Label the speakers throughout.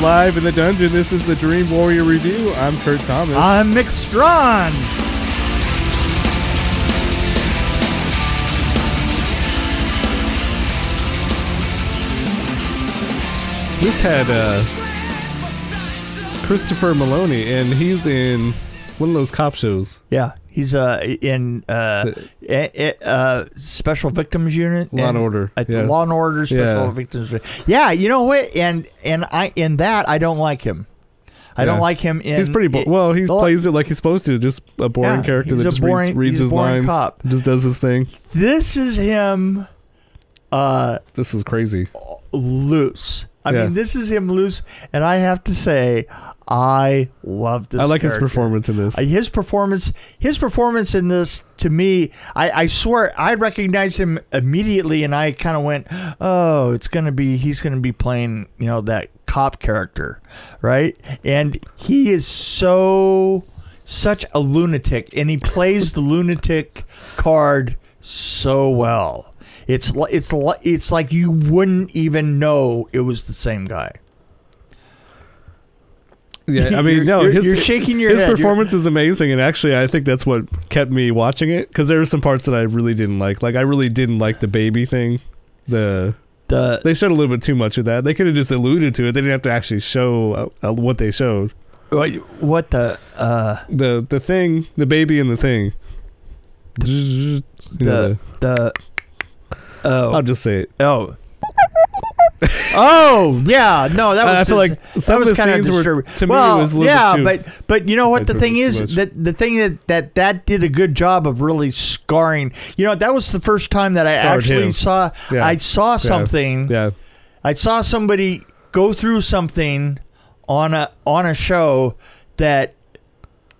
Speaker 1: live in the dungeon. This is the Dream Warrior Review. I'm Kurt Thomas.
Speaker 2: I'm Mick Strawn.
Speaker 1: this had uh, Christopher Maloney, and he's in one of those cop shows.
Speaker 2: Yeah, he's uh in uh,
Speaker 1: Is
Speaker 2: a, a, uh special victims unit.
Speaker 1: Law and Order,
Speaker 2: At
Speaker 1: yeah.
Speaker 2: the Law and Order special
Speaker 1: Yeah.
Speaker 2: victims. Yeah, you know what? And and I in that I don't like him. I
Speaker 1: Yeah.
Speaker 2: don't like him in.
Speaker 1: he's pretty bo- well. He
Speaker 2: the-
Speaker 1: plays it like he's supposed to, just a boring
Speaker 2: Yeah,
Speaker 1: character
Speaker 2: he's
Speaker 1: that
Speaker 2: a
Speaker 1: just reads,
Speaker 2: boring-
Speaker 1: reads
Speaker 2: he's a
Speaker 1: his
Speaker 2: boring
Speaker 1: lines,
Speaker 2: cop.
Speaker 1: just does his thing.
Speaker 2: This is him. Uh,
Speaker 1: This is crazy.
Speaker 2: loose. I
Speaker 1: Yeah.
Speaker 2: mean, this is him loose, and I have to say, I love this.
Speaker 1: I like his
Speaker 2: character.
Speaker 1: performance in this.
Speaker 2: Uh, His performance, his performance in this, to me, I, I swear, I recognized him immediately, and I kind of went, "Oh, it's gonna be, he's gonna be playing, you know, that cop character, right?" And he is so such a lunatic, and he plays the lunatic card so well. It's li- it's li- it's like you wouldn't even know it was the same guy.
Speaker 1: yeah, I mean,
Speaker 2: You're-
Speaker 1: no,
Speaker 2: you're,
Speaker 1: his,
Speaker 2: you're shaking your
Speaker 1: his
Speaker 2: head. You're-
Speaker 1: performance is amazing, and actually, I think that's what kept me watching it because there were some parts that I really didn't like. Like, I really didn't like the baby thing. The
Speaker 2: the
Speaker 1: they showed a little bit too much of that. They could have just alluded to it. They didn't have to actually show uh, uh, what they showed.
Speaker 2: what, what the uh
Speaker 1: The the thing, the baby, and the thing. You know,
Speaker 2: the the
Speaker 1: the- I'll
Speaker 2: oh
Speaker 1: just say it.
Speaker 2: oh oh yeah no that was
Speaker 1: I feel like
Speaker 2: that
Speaker 1: some of the
Speaker 2: was kind
Speaker 1: scenes
Speaker 2: of
Speaker 1: were
Speaker 2: disturbing.
Speaker 1: to me
Speaker 2: well,
Speaker 1: was a little
Speaker 2: yeah,
Speaker 1: bit too.
Speaker 2: but but you know what the
Speaker 1: Too
Speaker 2: thing is
Speaker 1: much.
Speaker 2: that the thing that, that that did a good job of really scarring. You know that was the first time that I
Speaker 1: Scarred
Speaker 2: actually
Speaker 1: him.
Speaker 2: saw
Speaker 1: Yeah.
Speaker 2: I saw something
Speaker 1: yeah,
Speaker 2: I saw somebody go through something on a on a show that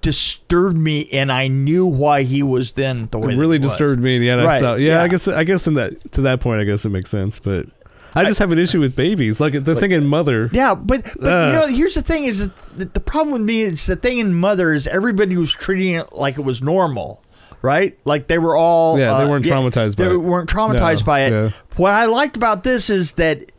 Speaker 2: disturbed me, and I knew why he was then the way
Speaker 1: it
Speaker 2: that
Speaker 1: really
Speaker 2: he was.
Speaker 1: disturbed me. Yeah, I
Speaker 2: Right,
Speaker 1: saw. Yeah,
Speaker 2: yeah.
Speaker 1: I guess I guess in that to that point, I guess it makes sense. But I just have an issue with babies, like the thing in Mother.
Speaker 2: Yeah, but but you
Speaker 1: Ugh.
Speaker 2: know, here's the thing: is that the, the problem with me is the thing in Mother is everybody was treating it like it was normal, right? Like they were all
Speaker 1: Yeah, they
Speaker 2: uh,
Speaker 1: weren't traumatized by
Speaker 2: They
Speaker 1: it.
Speaker 2: weren't traumatized
Speaker 1: No,
Speaker 2: by it.
Speaker 1: yeah.
Speaker 2: What I liked about this is that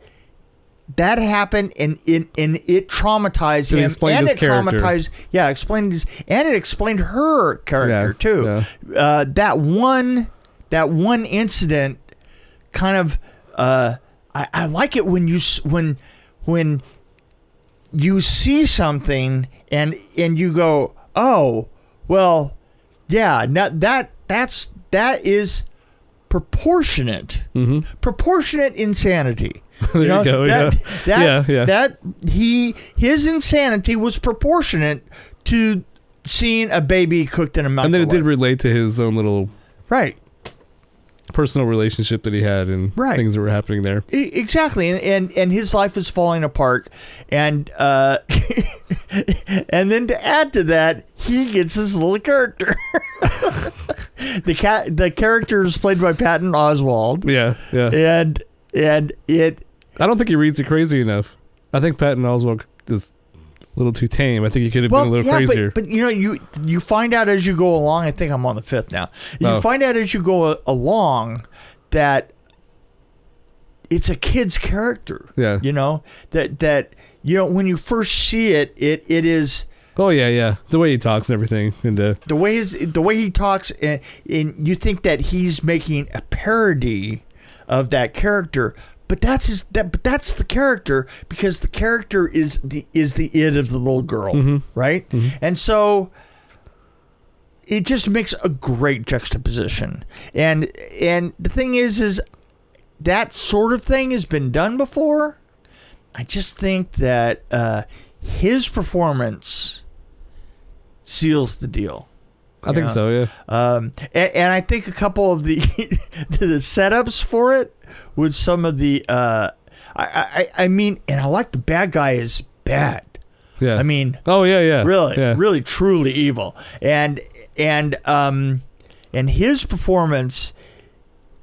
Speaker 2: that happened and it and it traumatized
Speaker 1: It
Speaker 2: him
Speaker 1: explained
Speaker 2: and
Speaker 1: his
Speaker 2: it
Speaker 1: character.
Speaker 2: traumatized yeah explained his and it explained her character
Speaker 1: Yeah,
Speaker 2: too uh, that one that one incident kind of uh, I, I like it when you s- when when you see something and and you go oh well yeah now that that's that is proportionate proportionate insanity
Speaker 1: Mm-hmm. There you go,
Speaker 2: that,
Speaker 1: yeah.
Speaker 2: that,
Speaker 1: Yeah, yeah.
Speaker 2: that he his insanity was proportionate to seeing a baby cooked in a microwave
Speaker 1: and then it did relate to his own little
Speaker 2: right
Speaker 1: personal relationship that he had and
Speaker 2: Right.
Speaker 1: things that were happening there.
Speaker 2: E- exactly and, and and his life is falling apart and uh and then to add to that he gets his little character the cat the character is played by patton oswald
Speaker 1: Yeah, yeah.
Speaker 2: and and it
Speaker 1: I don't think he reads it crazy enough. I think Patton Oswalt is a little too tame. I think he could have been a little
Speaker 2: yeah,
Speaker 1: crazier.
Speaker 2: But, but you know, you you find out as you go along. I think I'm on the fifth now. You
Speaker 1: Oh.
Speaker 2: find out as you go a- along that it's a kid's character.
Speaker 1: Yeah.
Speaker 2: You know that that you know when you first see it, it it is
Speaker 1: oh yeah, yeah. The way he talks and everything, and uh,
Speaker 2: the way his the way he talks and, and you think that he's making a parody of that character but that's his that but that's the character because the character is the is the id of the little girl
Speaker 1: Mm-hmm.
Speaker 2: right and so it just makes a great juxtaposition and and the thing is is that sort of thing has been done before i just think that uh his performance seals the deal
Speaker 1: I think
Speaker 2: Yeah.
Speaker 1: so. Yeah.
Speaker 2: um, and, and I think a couple of the the setups for it with some of the uh, I, I I mean, and I like the bad guy is bad.
Speaker 1: Yeah.
Speaker 2: I mean,
Speaker 1: Oh yeah, yeah.
Speaker 2: really,
Speaker 1: Yeah.
Speaker 2: really, truly evil, and and um, and his performance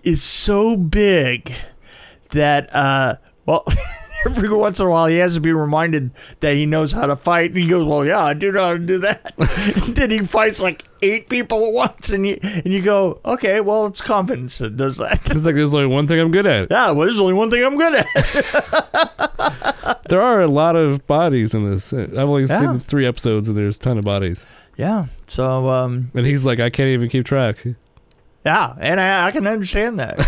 Speaker 2: is so big that uh, well, every once in a while he has to be reminded that he knows how to fight. And he goes, "Well, yeah, I do know how to do that." then he fights like eight people at once, and you and you go, "Okay, well, it's confidence that does that."
Speaker 1: It's like there's only one thing I'm good at.
Speaker 2: yeah, well, there's only one thing I'm good at.
Speaker 1: There are a lot of bodies in this. I've only
Speaker 2: Yeah.
Speaker 1: seen three episodes, and there's a ton of bodies.
Speaker 2: yeah. So, um,
Speaker 1: And he's like, I can't even keep track.
Speaker 2: yeah, and I, I can understand that.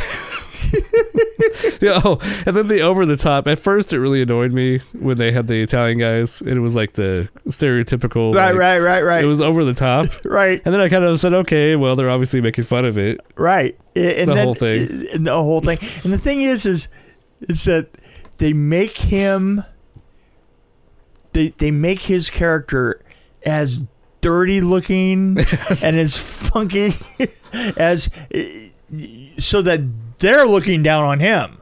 Speaker 1: Yeah, oh, and then the over the top. At first, it really annoyed me when they had the Italian guys, and it was like the stereotypical.
Speaker 2: right,
Speaker 1: like,
Speaker 2: right, right, right,
Speaker 1: It was over the top.
Speaker 2: right,
Speaker 1: And then I kind of said, okay, well, they're obviously making fun of it.
Speaker 2: right. And
Speaker 1: The
Speaker 2: then-
Speaker 1: whole thing.
Speaker 2: and the whole thing. And the thing is, is, is that they make him. They they make his character as dirty looking and as funky as so that they're looking down on him,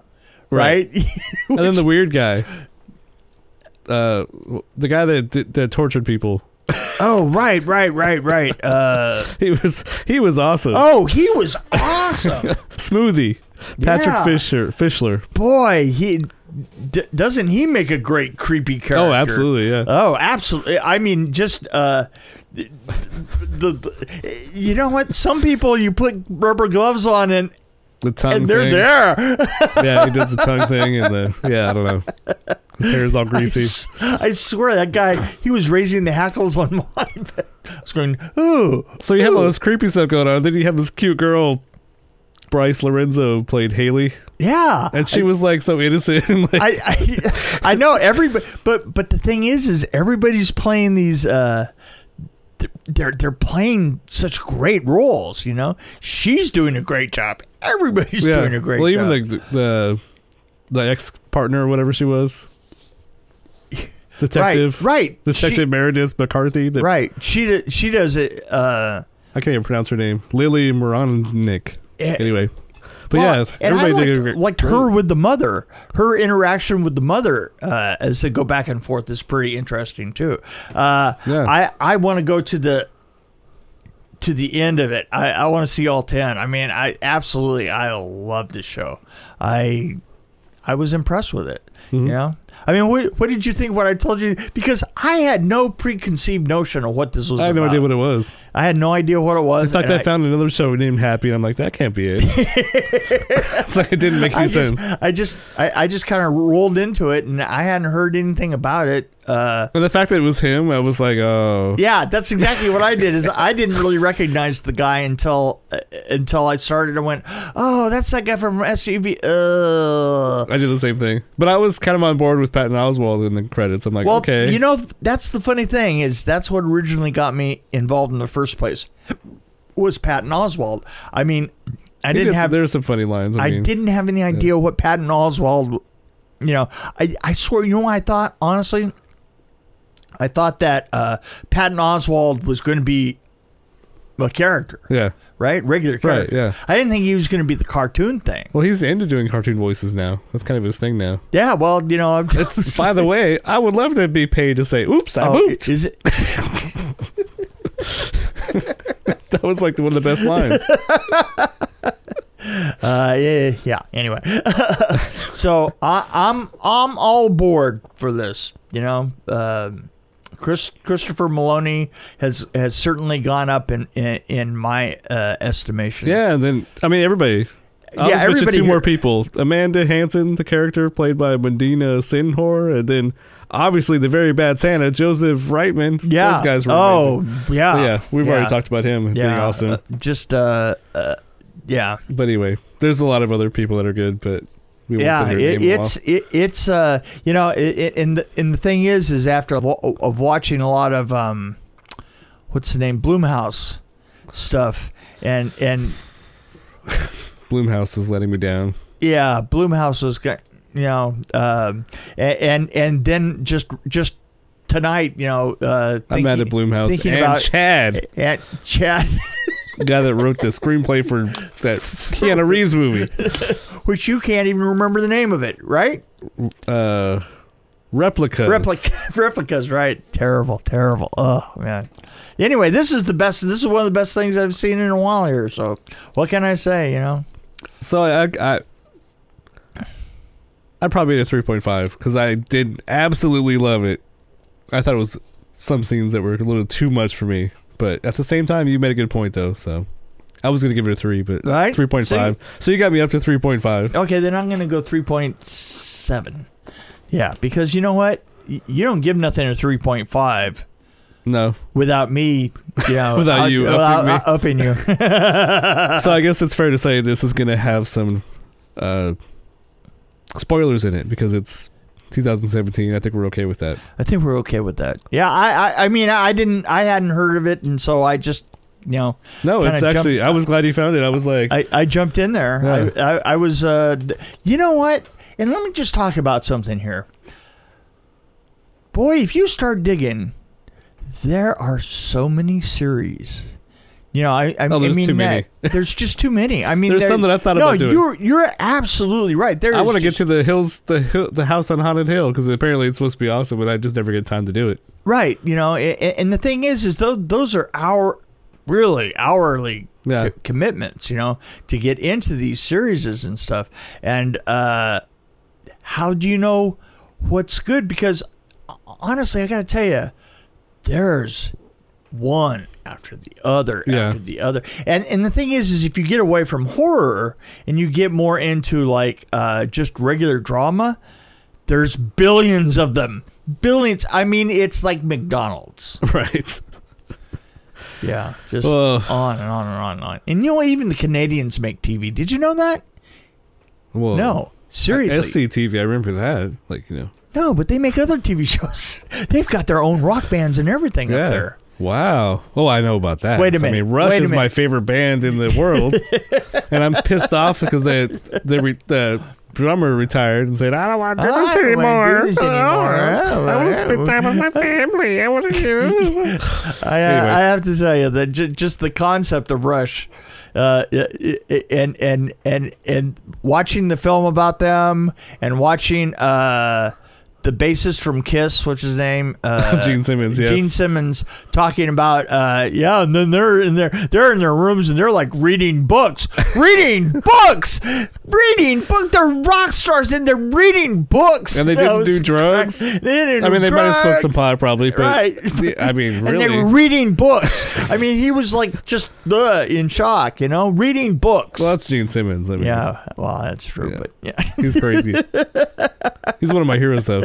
Speaker 2: right?
Speaker 1: and then the weird guy, uh, the guy that did, that tortured people,
Speaker 2: oh, right, right, right, right. Uh,
Speaker 1: he was he was awesome.
Speaker 2: oh, he was awesome.
Speaker 1: Smoothie, Patrick
Speaker 2: Yeah.
Speaker 1: Fisher, Fischler.
Speaker 2: boy, he d- doesn't he make a great creepy character?
Speaker 1: Oh, absolutely, yeah.
Speaker 2: Oh, absolutely. I mean, just uh, the, the, the- you know what? Some people you put rubber gloves on and
Speaker 1: the tongue
Speaker 2: and they're
Speaker 1: thing.
Speaker 2: there.
Speaker 1: Yeah, he does the tongue thing and the yeah, I don't know. His hair's all greasy.
Speaker 2: I swear that guy, he was raising the hackles on my bed. I was going, ooh,
Speaker 1: So you have all
Speaker 2: ooh.
Speaker 1: this creepy stuff going on. Then you have this cute girl, Bryce Lorenzo played Haley,
Speaker 2: yeah.
Speaker 1: and she was like so innocent. And like,
Speaker 2: I, I I know everybody, but but the thing is, is everybody's playing these. Uh, th- they're they're playing such great roles, you know. She's doing a great job. Everybody's
Speaker 1: yeah.
Speaker 2: doing a great.
Speaker 1: well, even
Speaker 2: job.
Speaker 1: the the the ex partner or whatever she was, detective,
Speaker 2: right, right,
Speaker 1: Detective Meredith McCarthy.
Speaker 2: She,
Speaker 1: The,
Speaker 2: right, she d- she does it. Uh,
Speaker 1: I can't even pronounce her name. Lily Moronic.
Speaker 2: Eh,
Speaker 1: Anyway, but
Speaker 2: well,
Speaker 1: yeah,
Speaker 2: and I
Speaker 1: everybody did a
Speaker 2: liked,
Speaker 1: great-
Speaker 2: liked her with the mother. Her interaction with the mother uh, as they go back and forth is pretty interesting too. Uh,
Speaker 1: Yeah.
Speaker 2: I I want to go to the to the end of it. I, I want to see all ten. I mean, I absolutely I love the show. I I was impressed with it.
Speaker 1: Mm-hmm.
Speaker 2: You know, I mean, what, what did you think when I told you? Because I had no preconceived notion of what this was.
Speaker 1: I had no
Speaker 2: about.
Speaker 1: idea what it was.
Speaker 2: I had no idea what it was.
Speaker 1: In fact,
Speaker 2: and
Speaker 1: I found another show named Happy, and I'm like, that can't be it. it's like it didn't make any
Speaker 2: I
Speaker 1: sense.
Speaker 2: just, I just, I, I just kind of rolled into it, and I hadn't heard anything about it. Uh,
Speaker 1: And the fact that it was him, I was like, oh.
Speaker 2: yeah, that's exactly what I did. Is I didn't really recognize the guy until uh, until I started and went, oh, that's that guy from SUV. Uh.
Speaker 1: I did the same thing. But I was kind of on board with Patton Oswald in the credits. I'm like,
Speaker 2: Well,
Speaker 1: okay.
Speaker 2: you know, that's the funny thing is that's what originally got me involved in the first place was Patton Oswald. I mean, I
Speaker 1: He
Speaker 2: didn't
Speaker 1: did some-
Speaker 2: have
Speaker 1: There's some funny lines. I,
Speaker 2: I
Speaker 1: mean,
Speaker 2: didn't have any idea what Patton Oswald, you know, I, I swear, you know what I thought, honestly? I thought that uh, Patton Oswald was going to be a character,
Speaker 1: Yeah.
Speaker 2: right? Regular character.
Speaker 1: yeah.
Speaker 2: I didn't think he was going to be the cartoon thing.
Speaker 1: Well, he's into doing cartoon voices now. That's kind of his thing now.
Speaker 2: Yeah, well, you know, I'm
Speaker 1: It's, by the way, I would love to be paid to say, oops, I
Speaker 2: Oh,
Speaker 1: pooped.
Speaker 2: is it?
Speaker 1: That was like one of the best lines.
Speaker 2: Uh, yeah, yeah. Anyway, so I, I'm I'm all board for this. You know, Um Chris Christopher Maloney has has certainly gone up in in, in my uh, estimation.
Speaker 1: yeah, and then, I mean, everybody. I'll just
Speaker 2: Yeah,
Speaker 1: mention
Speaker 2: everybody
Speaker 1: two
Speaker 2: here-
Speaker 1: more people. Amanda Hansen, the character played by Medina Sinhor, and then obviously the very bad Santa, Joseph Reitman.
Speaker 2: yeah.
Speaker 1: Those guys were
Speaker 2: oh,
Speaker 1: amazing.
Speaker 2: yeah,
Speaker 1: But yeah, we've
Speaker 2: Yeah.
Speaker 1: already talked about him
Speaker 2: yeah.
Speaker 1: being awesome.
Speaker 2: Uh, just uh, uh, yeah.
Speaker 1: But anyway, there's a lot of other people that are good, but we won't sit
Speaker 2: Yeah,
Speaker 1: here and
Speaker 2: it,
Speaker 1: name them
Speaker 2: it's it, it's uh you know it, it, and the, and the thing is is after lo- of watching a lot of um what's the name Bloomhouse stuff and and
Speaker 1: all. Bloomhouse is letting me down.
Speaker 2: yeah Bloomhouse was got you know um a- and and then just just tonight you know uh
Speaker 1: I'm mad at
Speaker 2: thinking-
Speaker 1: Bloomhouse
Speaker 2: thinking
Speaker 1: and
Speaker 2: about-
Speaker 1: Chad,
Speaker 2: at Chad
Speaker 1: the guy that wrote the screenplay for that Keanu Reeves movie,
Speaker 2: which you can't even remember the name of it right
Speaker 1: uh, replicas.
Speaker 2: Replica, replicas, right? Terrible, terrible. Oh man. Anyway, this is the best. This is one of the best things I've seen in a while here. So, what can I say? You know,
Speaker 1: So I, I, I probably did a three point five because I did absolutely love it. I thought it was some scenes that were a little too much for me, but at the same time, you made a good point though. So I was gonna give it a three, but
Speaker 2: All right.
Speaker 1: three point five. So you got me up to three point five.
Speaker 2: Okay, then I'm going to go 3.7. Yeah, because you know what? Y- You don't give nothing a 3.5
Speaker 1: No,
Speaker 2: without me, you know, uh,
Speaker 1: Without you upping
Speaker 2: upping you.
Speaker 1: so I guess it's fair to say this is gonna have some uh, spoilers in it because it's 2017. I think we're okay with that.
Speaker 2: I think we're okay with that. Yeah, I, I, I mean, I didn't, I hadn't heard of it, and so I just, you know,
Speaker 1: No,
Speaker 2: Kinda
Speaker 1: it's actually. I was glad you found it. I was like,
Speaker 2: I, I jumped in there. I, I, I was, uh, d- you know what? And let me just talk about something here. Boy, if you start digging, there are so many series. You know, I, I,
Speaker 1: Oh, there's
Speaker 2: I mean,
Speaker 1: too many.
Speaker 2: that- there's just too many. I mean,
Speaker 1: There's
Speaker 2: there-
Speaker 1: some that I thought
Speaker 2: no,
Speaker 1: about doing.
Speaker 2: you're you're absolutely right. There,
Speaker 1: I
Speaker 2: is
Speaker 1: want to get
Speaker 2: just-
Speaker 1: to the hills, the hill, the house on haunted hill because apparently it's supposed to be awesome, but I just never get time to do it.
Speaker 2: right. You know, a- a- and the thing is, is those those are our really hourly
Speaker 1: Yeah,
Speaker 2: co- commitments, you know, to get into these series and stuff. And uh, how do you know what's good? Because honestly, I got to tell you, there's one after the other
Speaker 1: Yeah.
Speaker 2: after the other. And and the thing is, is if you get away from horror and you get more into like uh, just regular drama, there's billions of them. Billions. I mean, it's like McDonald's.
Speaker 1: right.
Speaker 2: Yeah. Just
Speaker 1: Well,
Speaker 2: on and on and on and on. And you know what? Even the Canadians make TV. Did you know that?
Speaker 1: whoa.
Speaker 2: No. Seriously.
Speaker 1: SCTV. Oh. I remember that. Like you know.
Speaker 2: No, but they make other TV shows. They've got their own rock bands and everything
Speaker 1: Yeah.
Speaker 2: up there.
Speaker 1: Wow. Oh, I know about that.
Speaker 2: Wait a
Speaker 1: I
Speaker 2: minute.
Speaker 1: mean, Rush
Speaker 2: Wait a
Speaker 1: is my
Speaker 2: minute.
Speaker 1: favorite band in the world, and I'm pissed off because they, they re, the drummer retired and said, "I don't want to do
Speaker 2: I
Speaker 1: this
Speaker 2: don't wanna
Speaker 1: anymore. Oh,
Speaker 2: do this anymore. Oh,
Speaker 1: I want to spend time with my family. I want to do this."
Speaker 2: I, uh,
Speaker 1: Anyway.
Speaker 2: I have to tell you that j- just the concept of Rush, uh, i- i- and and and and watching the film about them and watching uh, the bassist from Kiss, what's his name, uh,
Speaker 1: Gene Simmons, yes.
Speaker 2: Gene Simmons talking about uh, yeah, and then they're in their they're in their rooms and they're like reading books, reading books, reading book. They're rock stars and they're reading books,
Speaker 1: And they
Speaker 2: That
Speaker 1: didn't do
Speaker 2: was
Speaker 1: drugs?
Speaker 2: crazy. They didn't.
Speaker 1: I
Speaker 2: do
Speaker 1: mean, they might have smoked some
Speaker 2: drugs.
Speaker 1: pot, probably, but
Speaker 2: Right.
Speaker 1: Yeah, I mean, really,
Speaker 2: And they were reading books. I mean, he was like just uh, in shock, you know, reading books.
Speaker 1: well, that's Gene Simmons. I mean,
Speaker 2: yeah, well, that's true,
Speaker 1: Yeah.
Speaker 2: but yeah,
Speaker 1: He's crazy. He's one of my heroes, though.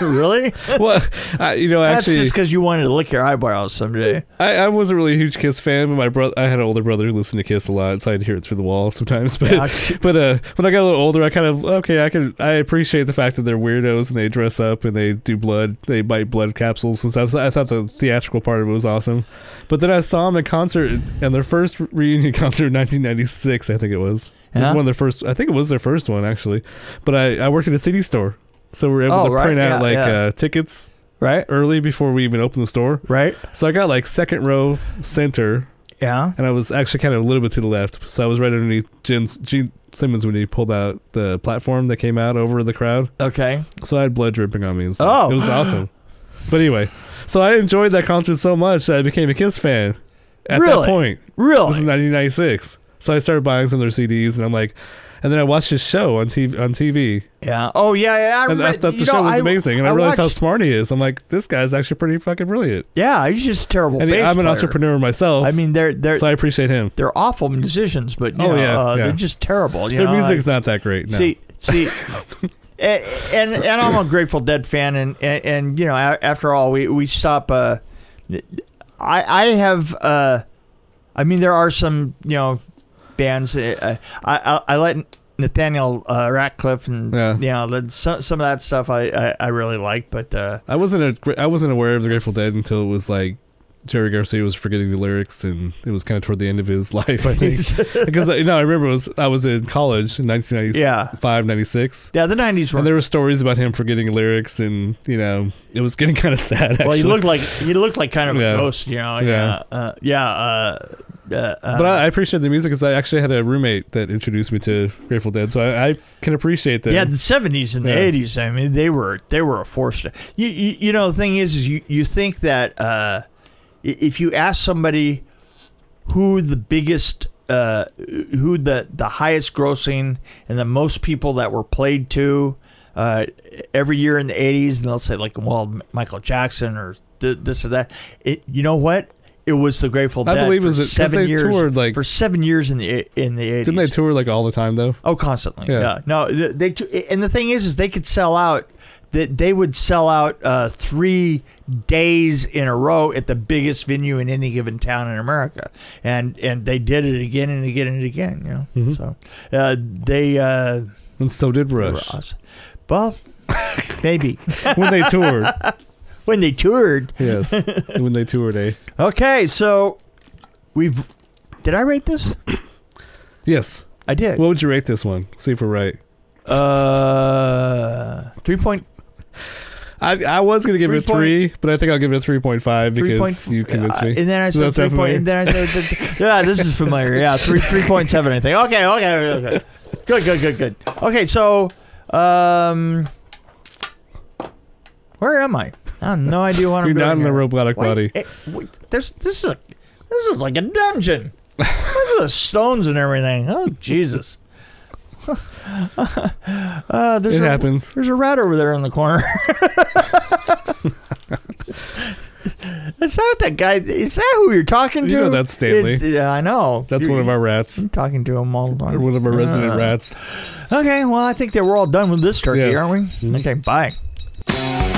Speaker 2: really?
Speaker 1: Well, I, you know,
Speaker 2: That's
Speaker 1: actually,
Speaker 2: just because you wanted to lick your eyebrows someday.
Speaker 1: I, I wasn't really a huge Kiss fan, but my brother, I had an older brother who listened to Kiss a lot, so I'd hear it through the wall sometimes. But
Speaker 2: Yeah.
Speaker 1: but uh, when I got a little older, I kind of okay, I can I appreciate the fact that they're weirdos and they dress up and they do blood, they bite blood capsules and stuff. So I thought the theatrical part of it was awesome. But then I saw them in concert and their first reunion concert in 1996, I think it was. It was
Speaker 2: Yeah.
Speaker 1: one of their first. I think it was their first one actually. But I I worked at a city store, so we were able
Speaker 2: Oh,
Speaker 1: to
Speaker 2: right,
Speaker 1: print out
Speaker 2: yeah,
Speaker 1: like
Speaker 2: yeah.
Speaker 1: Uh, tickets
Speaker 2: Right?
Speaker 1: early before we even opened the store.
Speaker 2: Right?
Speaker 1: So I got like second row center
Speaker 2: Yeah.
Speaker 1: and I was actually kind of a little bit to the left, so I was right underneath Jen's, Gene Simmons when he pulled out the platform that came out over the crowd.
Speaker 2: Okay.
Speaker 1: So I had blood dripping on me. And stuff.
Speaker 2: Oh.
Speaker 1: it was awesome. But anyway, so I enjoyed that concert so much that I became a Kiss fan at
Speaker 2: Really?
Speaker 1: that point. This is
Speaker 2: Really?
Speaker 1: 1996, so I started buying some of their CDs, and I'm like, and then I watched his show on TV. On TV,
Speaker 2: yeah. Oh, yeah. yeah I
Speaker 1: and I
Speaker 2: remember-
Speaker 1: thought the
Speaker 2: you
Speaker 1: show
Speaker 2: know,
Speaker 1: was amazing, and I, realized how
Speaker 2: watched-
Speaker 1: smart he is. I'm like, this guy's actually pretty fucking brilliant.
Speaker 2: Yeah, he's just a terrible.
Speaker 1: And
Speaker 2: bass
Speaker 1: I'm an
Speaker 2: player.
Speaker 1: entrepreneur myself,
Speaker 2: I mean, they're they're
Speaker 1: so I appreciate him.
Speaker 2: they're awful musicians, but you
Speaker 1: Oh,
Speaker 2: know,
Speaker 1: yeah,
Speaker 2: uh,
Speaker 1: yeah.
Speaker 2: they're just terrible. You
Speaker 1: Their
Speaker 2: know, like-
Speaker 1: music's not that great. No.
Speaker 2: See, see, and, and and I'm a Grateful Dead fan, and and, and you know, a- after all, we we stop. Uh, I I have. Uh, I mean, there are some you know bands. That, uh, I, I I let Nathaniel uh, Ratcliffe and
Speaker 1: Yeah.
Speaker 2: you know the- some some of that stuff I I, I really like, but uh,
Speaker 1: I wasn't a, gra- I wasn't aware of the Grateful Dead until it was like Jerry Garcia was forgetting the lyrics and it was kind of toward the end of his life, I think. because you know, I remember it was I was in college in 1995, 96.
Speaker 2: yeah, the '90s were.
Speaker 1: And there were stories about him forgetting lyrics and, you know, it was getting kind of sad actually.
Speaker 2: well, he looked like he looked like kind of
Speaker 1: Yeah.
Speaker 2: a ghost, you
Speaker 1: Yeah.
Speaker 2: know. Yeah, yeah, uh, yeah. Uh, uh, uh,
Speaker 1: but I, I appreciate the music because I actually had a roommate that introduced me to Grateful Dead, so I, I can appreciate that.
Speaker 2: Yeah, the seventies and the
Speaker 1: Yeah.
Speaker 2: eighties. I mean, they were they were a force. To, you, you you know the thing is, is you you think that uh, i- if you ask somebody who the biggest uh, who the the highest grossing and the most people that were played to uh, every year in the 80s and they'll say like well M- michael jackson or th- this or that it you know what it was the grateful
Speaker 1: I
Speaker 2: dead
Speaker 1: believe it
Speaker 2: for
Speaker 1: was- 'cause
Speaker 2: seven
Speaker 1: they
Speaker 2: years
Speaker 1: toured, like-
Speaker 2: for seven years in the in the 80s
Speaker 1: Didn't they tour like all the time though?
Speaker 2: Oh, constantly.
Speaker 1: Yeah.
Speaker 2: Yeah. No, th- they t- and the thing is, is they could sell out. That they would sell out uh, three days in a row at the biggest venue in any given town in America, and and they did it again and again and again. You know,
Speaker 1: Mm-hmm.
Speaker 2: so uh, they uh,
Speaker 1: And so did
Speaker 2: were
Speaker 1: Rush
Speaker 2: awesome. Well, maybe
Speaker 1: when they toured.
Speaker 2: when they toured.
Speaker 1: Yes, when they toured, eh?
Speaker 2: Okay, so we've. Did I rate this?
Speaker 1: Yes.
Speaker 2: I did.
Speaker 1: What would you rate this one? See if we're right.
Speaker 2: uh, three point
Speaker 1: I, I was gonna give it a
Speaker 2: Three
Speaker 1: three, but I think I'll give it a three point five because
Speaker 2: Three
Speaker 1: you
Speaker 2: point-
Speaker 1: convinced
Speaker 2: uh,
Speaker 1: me.
Speaker 2: And then I
Speaker 1: Is
Speaker 2: said
Speaker 1: that
Speaker 2: three
Speaker 1: familiar?
Speaker 2: point. And then I said, th- yeah, this is familiar. Yeah, three three point seven. I think. Okay, okay, okay, okay. Good, good, good, good. Okay, so, um, where am I? I have no idea what
Speaker 1: You're
Speaker 2: I'm doing.
Speaker 1: not in a
Speaker 2: here.
Speaker 1: robotic
Speaker 2: Why-
Speaker 1: body.
Speaker 2: eh, wait, there's this is a this is like a dungeon. Look at the stones and everything. Oh Jesus. uh, there's
Speaker 1: It
Speaker 2: a,
Speaker 1: happens.
Speaker 2: there's a rat over there in the corner. is that the guy? Is that who you're talking to?
Speaker 1: You know that's Stanley.
Speaker 2: Is- yeah, I know.
Speaker 1: That's
Speaker 2: You're-
Speaker 1: one of our rats.
Speaker 2: I'm talking to him all the
Speaker 1: Or
Speaker 2: time.
Speaker 1: one of our resident
Speaker 2: Uh,
Speaker 1: rats.
Speaker 2: Okay, well, I think that we're all done with this turkey,
Speaker 1: Yes. Mm-hmm.
Speaker 2: aren't we? Okay, bye.